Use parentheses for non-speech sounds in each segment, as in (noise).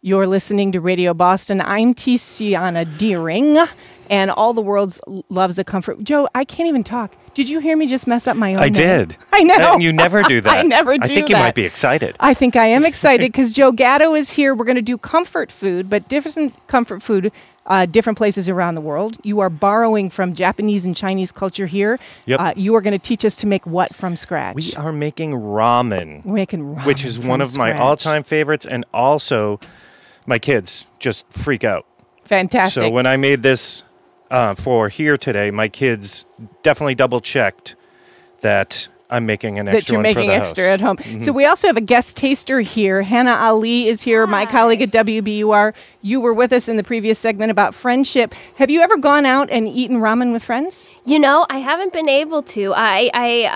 You're listening to Radio Boston. I'm Tiziana Deering, and all the world's l- loves a comfort. Joe, I can't even talk. Did you hear me just mess up my own? I name? did. Oh, (laughs) I know. And you never do that. (laughs) I never I do think you that. might be excited. I think I (laughs) am excited because Joe Gatto is here. We're going to do comfort food, but different comfort food, uh, different places around the world. You are borrowing from Japanese and Chinese culture here. Yep. Uh, you are going to teach us to make what from scratch? We are making ramen, We're making ramen which is one from of my scratch. all-time favorites, and also my kids just freak out. fantastic. So when I made this uh, for here today, my kids definitely double-checked that I'm making an that extra you're one for making the extra house. Mm-hmm. at home. So we also have a guest taster here. Hannah Ali is here, my colleague at WBUR. You were with us in the previous segment about friendship. Have you ever gone out and eaten ramen with friends? You know, I haven't been able to. I, I,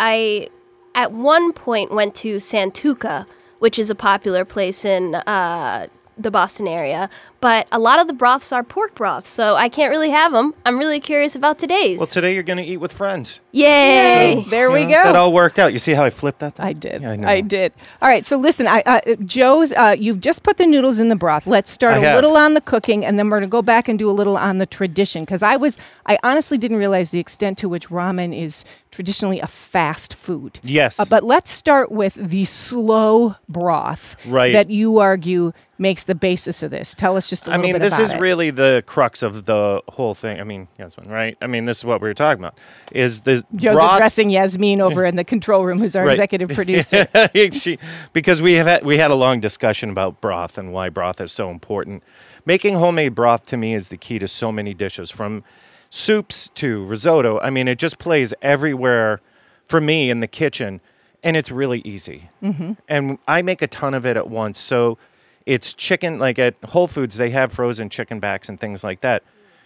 I at one point went to Santuca, which is a popular place in uh, the Boston area, but a lot of the broths are pork broths, so I can't really have them. I'm really curious about today's. Well, today you're going to eat with friends. Yay! There we You go. know, That all worked out. You see how I flipped that? I did. Yeah, I know. I, did. All right. So listen, I, uh, Joe's. Uh, you've just put the noodles in the broth. Let's start I a have. little on the cooking, and then we're gonna go back and do a little on the tradition. Because I was, I honestly didn't realize the extent to which ramen is traditionally a fast food. Yes. Uh, but let's start with the slow broth Right. that you argue makes the basis of this. Tell us just a I little mean, bit this about is it. really the crux of the whole thing. I mean, Yasmin, right? I mean, this is what we were talking about. Is the Joe's broth? addressing Yasmin (laughs) over in the control room, who's our Right. executive producer. (laughs) She- because we have had, we had a long discussion about broth and why broth is so important. Making homemade broth to me is the key to so many dishes, from soups to risotto. I mean, it just plays everywhere for me in the kitchen, and it's really easy. Mm-hmm. And I make a ton of it at once, so it's chicken. Like at Whole Foods, they have frozen chicken backs and things like that.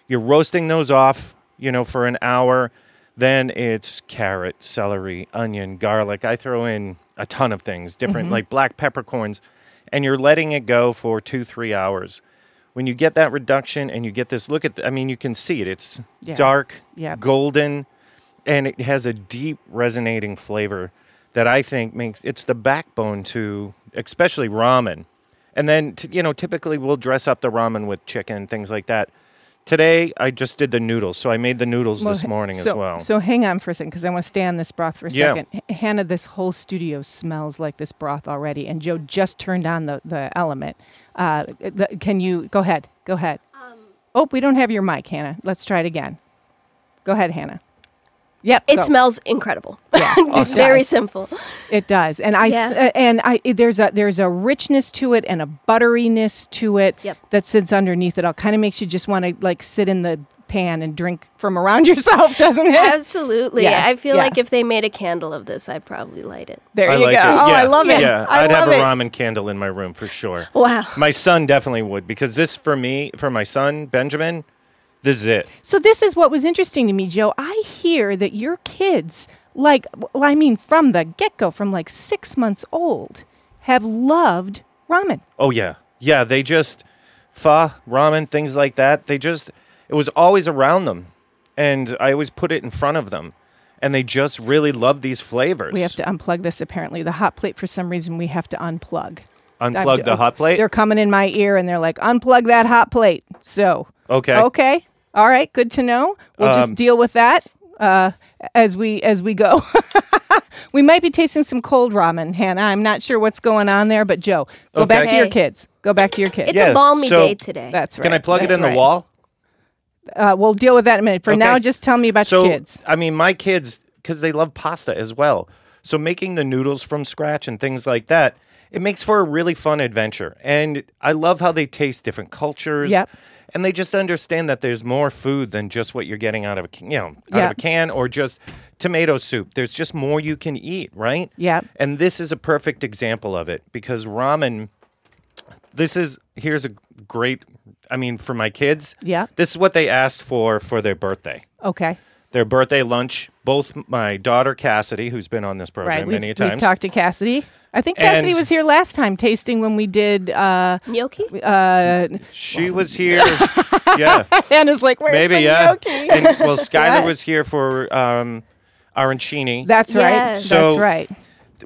You're roasting those off, you know, for an hour. Then it's carrot, celery, onion, garlic. I throw in a ton of things, different Mm-hmm. like black peppercorns, and you're letting it go for two, three hours. When you get that reduction and you get this, look at, th- I mean, you can see it. It's Yeah. dark, Yep. golden, and it has a deep resonating flavor that I think makes it's the backbone to especially ramen. And then, t- you know, typically we'll dress up the ramen with chicken, things like that. Today, I just did the noodles. So I made the noodles this Well, morning so- as well. So hang on for a second because I want to stay on this broth for a Yeah. second. H- Hannah, this whole studio smells like this broth already, and Joe just turned on the, the element. Uh, the- can you go ahead? Go ahead. Um, oh, we don't have your mic, Hannah. Let's try it again. Go ahead, Hannah. Yep, it go. Oh, smells incredible. (laughs) Yeah, it's very simple. It does, and I s- Yeah. uh, and I there's a there's a richness to it and a butteriness to it Yep. that sits underneath it all. Kind of makes you just want to like sit in the pan and drink from around (laughs) yourself, doesn't it? Absolutely. Yeah, I feel yeah. like if they made a candle of this, I'd probably light it. There I you like go. it. Oh, yeah. I love it. Yeah, I would love have a it. ramen candle in my room for sure. Wow. My son definitely would because this for me, for my son Benjamin, this is it. So this is what was interesting to me, Joe. I hear that your kids, like, well, I mean, from the get go, from like six months old, have loved ramen. Oh yeah, yeah. They just pho ramen things like that. They just it was always around them, and I always put it in front of them, and they just really love these flavors. We have to unplug this. Apparently, the hot plate for some reason we have to unplug. Unplug I've- oh, the hot plate? They're coming in my ear and they're like, unplug that hot plate. So Okay. okay, all right, good to know. We'll just Um, deal with that uh, as we as we go. (laughs) we might be tasting some cold ramen, Hannah. I'm not sure what's going on there, but Joe, go back to Okay. your kids. Go back to your kids. It's Yeah, a balmy so- day today. That's right. Can I plug it That's in the right. wall? Uh, we'll deal with that in a minute. For now, Okay. just tell me about so your kids. I mean, my kids because they love pasta as well. So making the noodles from scratch and things like that, it makes for a really fun adventure. And I love how they taste different cultures. Yep. And they just understand that there's more food than just what you're getting out of a can, you know out of Yep. a can or just tomato soup. There's just more you can eat, right? Yep. And this is a perfect example of it because ramen this is here's a great I mean for my kids. Yeah. This is what they asked for for their birthday Okay. their birthday lunch. Both my daughter Cassidy, who's been on this program Right. many We've, times, we've talked to Cassidy. I think And- Cassidy was here last time tasting when we did. Uh, Gnocchi? uh, (laughs) she was here. yeah, Anna's like, where's maybe the yeah. gnocchi? And well, Skylar Yeah. was here for um, arancini. That's right. Yes. That's So- right.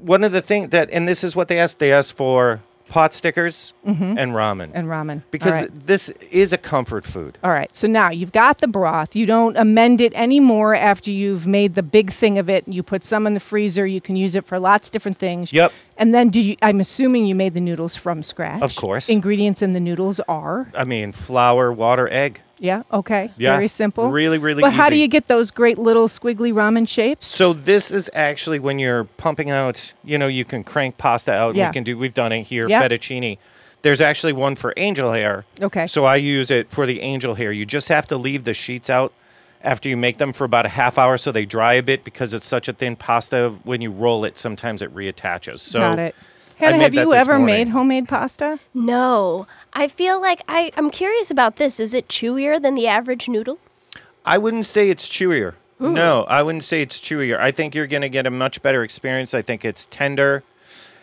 One of the things that, and this is what they asked. They asked for pot stickers and ramen. Mm-hmm. and ramen. All because right. this is a comfort food. All right. So now you've got the broth. You don't amend it anymore after you've made the big thing of it. You put some in the freezer. You can use it for lots of different things. Yep. And then do you I'm assuming you made the noodles from scratch. Of course. Ingredients in the noodles are I mean, flour, water, egg. yeah, okay. Yeah. Very simple. Really, really But how do easy. you get those great little squiggly ramen shapes? So this is actually when you're pumping out, you know, you can crank pasta out. Yeah. We can do. We've done it here. Yeah. Fettuccine. There's actually one for angel hair. Okay. So I use it for the angel hair. You just have to leave the sheets out after you make them for about a half hour so they dry a bit because it's such a thin pasta. When you roll it, sometimes it reattaches. So got it. I Hannah, made have that you this ever morning. made homemade pasta? No, I feel like I, I'm curious about this. Is it chewier than the average noodle? I wouldn't say it's chewier. No, I wouldn't say it's chewier. I think you're going to get a much better experience. I think it's tender,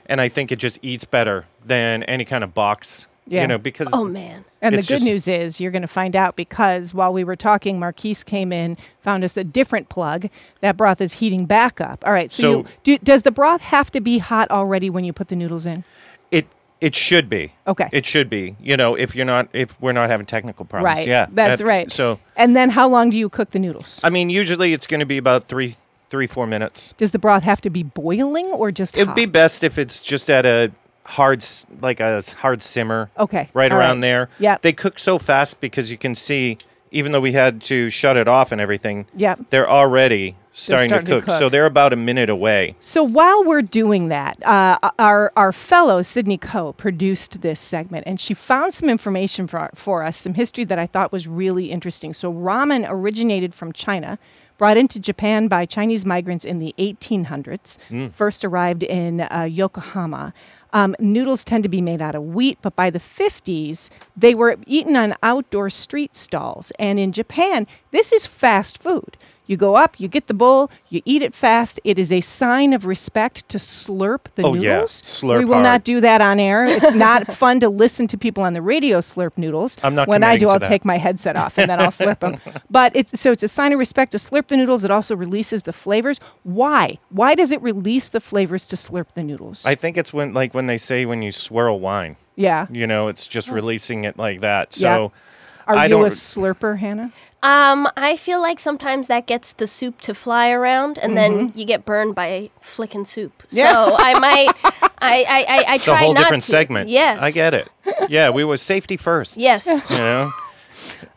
and I think it just eats better than any kind of box. Yeah. You know, because Oh man, And It's the good just- news is you're going to find out because while we were talking, Marquise came in, found us a different plug. That broth is heating back up. All right. So, you, So- do, does the broth have to be hot already when you put the noodles in? it it should be Okay. It should be. You know, if you're not, if we're not having technical problems, Right. Yeah, That's that- right. So, and then how long do you cook the noodles? I mean, usually it's going to be about three, three, four minutes. Does the broth have to be boiling or just It'd be hot? best if it's just at a hard, s- like a s- hard simmer. Okay. right All around there. Yep. They cook so fast because you can see, even though we had to shut it off and everything, Yep. they're already starting, starting to to, cook. So cook. they're about a minute away. So while we're doing that, uh, our our fellow Sydney Coe produced this segment, and she found some information for for us, some history that I thought was really interesting. So ramen originated from China, brought into Japan by Chinese migrants in the 1800s. First arrived in uh, Yokohama. Um, noodles tend to be made out of wheat, but by the 50s, they were eaten on outdoor street stalls. And in Japan, this is fast food. You go up, you get the bowl, you eat it fast. It is a sign of respect to slurp the Oh, yeah. noodles. Slurp we will hard. not do that on air. It's not (laughs) fun to listen to people on the radio slurp noodles. I'm not When I committing do, to I'll that. take my headset off and then I'll slurp them. But it's so it's a sign of respect to slurp the noodles. It also releases the flavors. Why? Why does it release the flavors to slurp the noodles? I think it's when, like, when they say when you swirl wine, yeah. you know, it's just Oh. releasing it like that. Yeah. So Are I you don't. a slurper, Hannah? um, I feel like sometimes that gets the soup to fly around, and Mm-hmm. then you get burned by flicking soup. So (laughs) I might, I, I, I, I it's a try whole not different to. segment. Yes, I get it. Yeah, we were safety first. Yes. You know,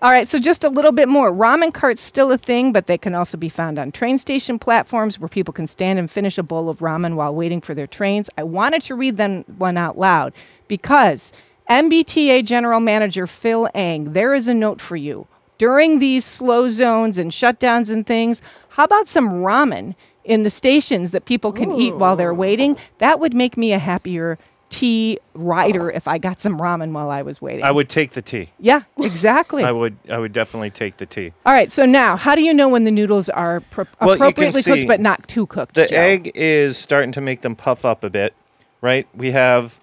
All right, so just a little bit more. Ramen carts still a thing, but they can also be found on train station platforms where people can stand and finish a bowl of ramen while waiting for their trains. I wanted to read them one out loud because MBTA General Manager Phil Ang, there is a note for you. During these slow zones and shutdowns and things, how about some ramen in the stations that people can eat while they're waiting? That would make me a happier tea rider if I got some ramen while I was waiting. I would take the tea. yeah, exactly. I would. I would definitely take the tea. All right, so now, how do you know when the noodles are pro- Well, you can appropriately cooked see but not too cooked? The Joe? egg is starting to make them puff up a bit, right? We have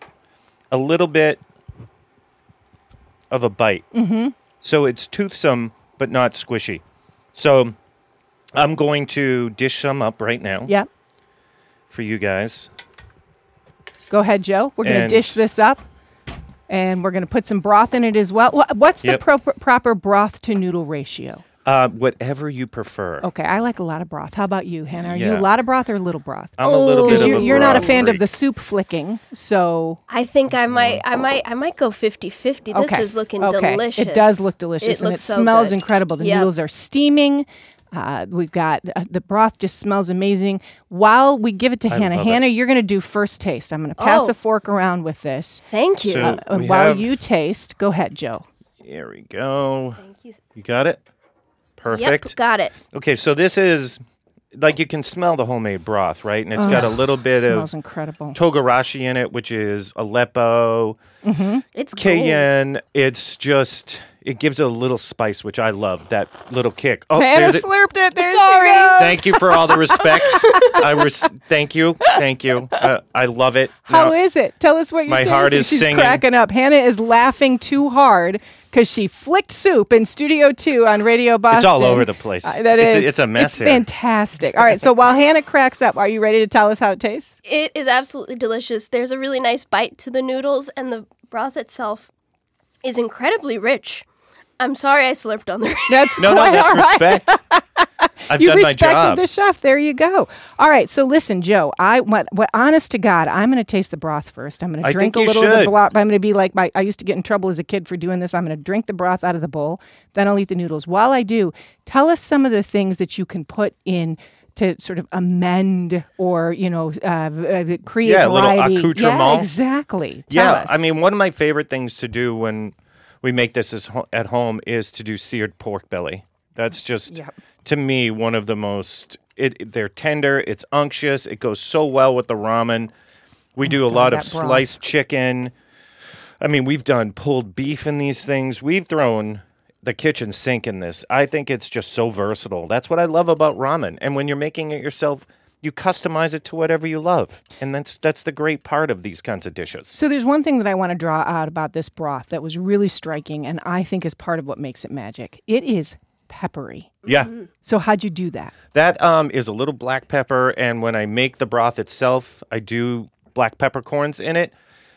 a little bit of a bite. Mm-hmm. So it's toothsome, but not squishy. So I'm going to dish some up right now Yep. for you guys. Go ahead, Joe. We're going to And- dish this up, and we're going to put some broth in it as well. Wha- What's the Yep. pro- proper broth to noodle ratio? Uh, whatever you prefer. Okay, I like a lot of broth. How about you, Hannah? Are you Yeah. a lot of broth or a little broth? I'm a little Oh. bit Because of you're, a you're not a broth fan of the freak. soup flicking, so I think I might, Mm-hmm. I might, I might go 50-50. This okay. is looking okay. delicious. It does look delicious, It and looks it so smells good. incredible. The Yep. noodles are steaming. Uh, we've got uh, the broth just smells amazing. While we give it to Hannah, love it. Hannah, you're going to do first taste. I'm going to pass Oh. a fork around with this. Thank you. So- Uh, and we while have- you taste, go ahead, Joe. Here we go. Thank you. You got it? Perfect. Yep, got it. Okay, so this is like you can smell the homemade broth, right? And it's got a little bit of smells incredible. togarashi in it, which is Aleppo, It's cool. Cayenne. It's just It gives it a little spice, which I love. That little kick. Oh, Hannah there's it. slurped it. There Sorry. she goes. Thank you for all the (laughs) respect. I res- thank you, thank you. Uh, I love it. How No. is it? Tell us what you're My doing. heart See, is She's singing. cracking up. Hannah is laughing too hard because she flicked soup in Studio 2 on Radio Boston. all over the place. Uh, that It's a- is- it's a mess It's here. fantastic. All right. So while Hannah cracks up, are you ready to tell us how it tastes? It is absolutely delicious. There's a really nice bite to the noodles, and the broth itself is incredibly rich. I'm sorry I slurped on the. (laughs) That's No, no, quite that's all right. (laughs) respect. I've you done my respected job. the chef. There you go. All right. So listen, Joe. I what what? Honest to God, I'm going to taste the broth first. I'm going I to drink think you a little of should. the broth. I'm going to be like my. I used to get in trouble as a kid for doing this. I'm going to drink the broth out of the bowl. Then I'll eat the noodles. While I do, tell us some of the things that you can put in. To sort of amend or you know uh, v- uh, create Yeah, a little variety. Yeah, accoutrement. exactly. Tell yeah, us. I mean, one of my favorite things to do when we make this as ho- at home is to do seared pork belly. That's just Yep. to me one of the most. It, it- they're tender. It's unctuous. It goes so well with the ramen. We do a lot of that broth. sliced chicken. I mean, we've done pulled beef in these things. We've thrown the kitchen sink in this. I think it's just so versatile. That's what I love about ramen. And when you're making it yourself, you customize it to whatever you love. And that's that's the great part of these kinds of dishes. So there's one thing that I want to draw out about this broth that was really striking and I think is part of what makes it magic. It is peppery. Yeah. So how'd you do that? That um, is a little black pepper, and when I make the broth itself, I do black peppercorns in it.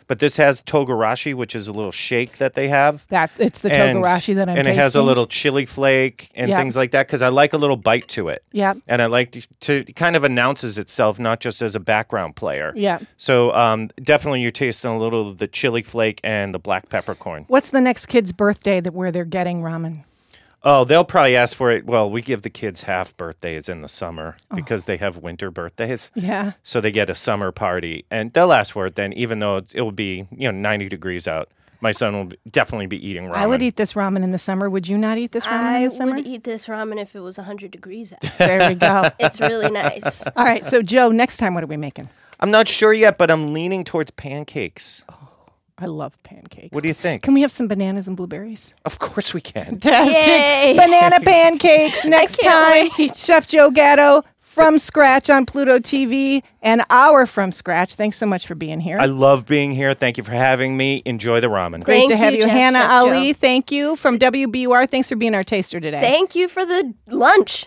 But this has togarashi, which is a little shake that they have. That's it's the and- togarashi that I'm and tasting. it has a little chili flake and Yeah. things like that because I like a little bite to it. Yeah. and I like to, to kind of announces itself not just as a background player. Yeah. So um, definitely, you're tasting a little of the chili flake and the black peppercorn. What's the next kid's birthday that where they're getting ramen? Oh, they'll probably ask for it. Well, we give the kids half birthdays in the summer Oh. because they have winter birthdays. Yeah. So they get a summer party, and they'll ask for it then, even though it will be you know 90 degrees out. My son will be- definitely be eating ramen. I would eat this ramen in the summer. Would you not eat this ramen in I the summer? would eat this ramen if it was 100 degrees out. There we go. (laughs) It's really nice. All right. So Joe, next time what are we making? I'm not sure yet, but I'm leaning towards pancakes. Oh, I love pancakes. What do you think? Can we have some bananas and blueberries? Of course (laughs) we can. Fantastic. Yay. (laughs) Banana pancakes next time. can't Chef Joe Gatto from Scratch on Pluto TV and our From Scratch. Thanks so much for being here. I love being here. Thank you for having me. Enjoy the ramen. Great Thank to have you, you, Chef- Hannah Chef Ali. Thank you from WBUR. Thanks for being our taster today. Thank you for the lunch.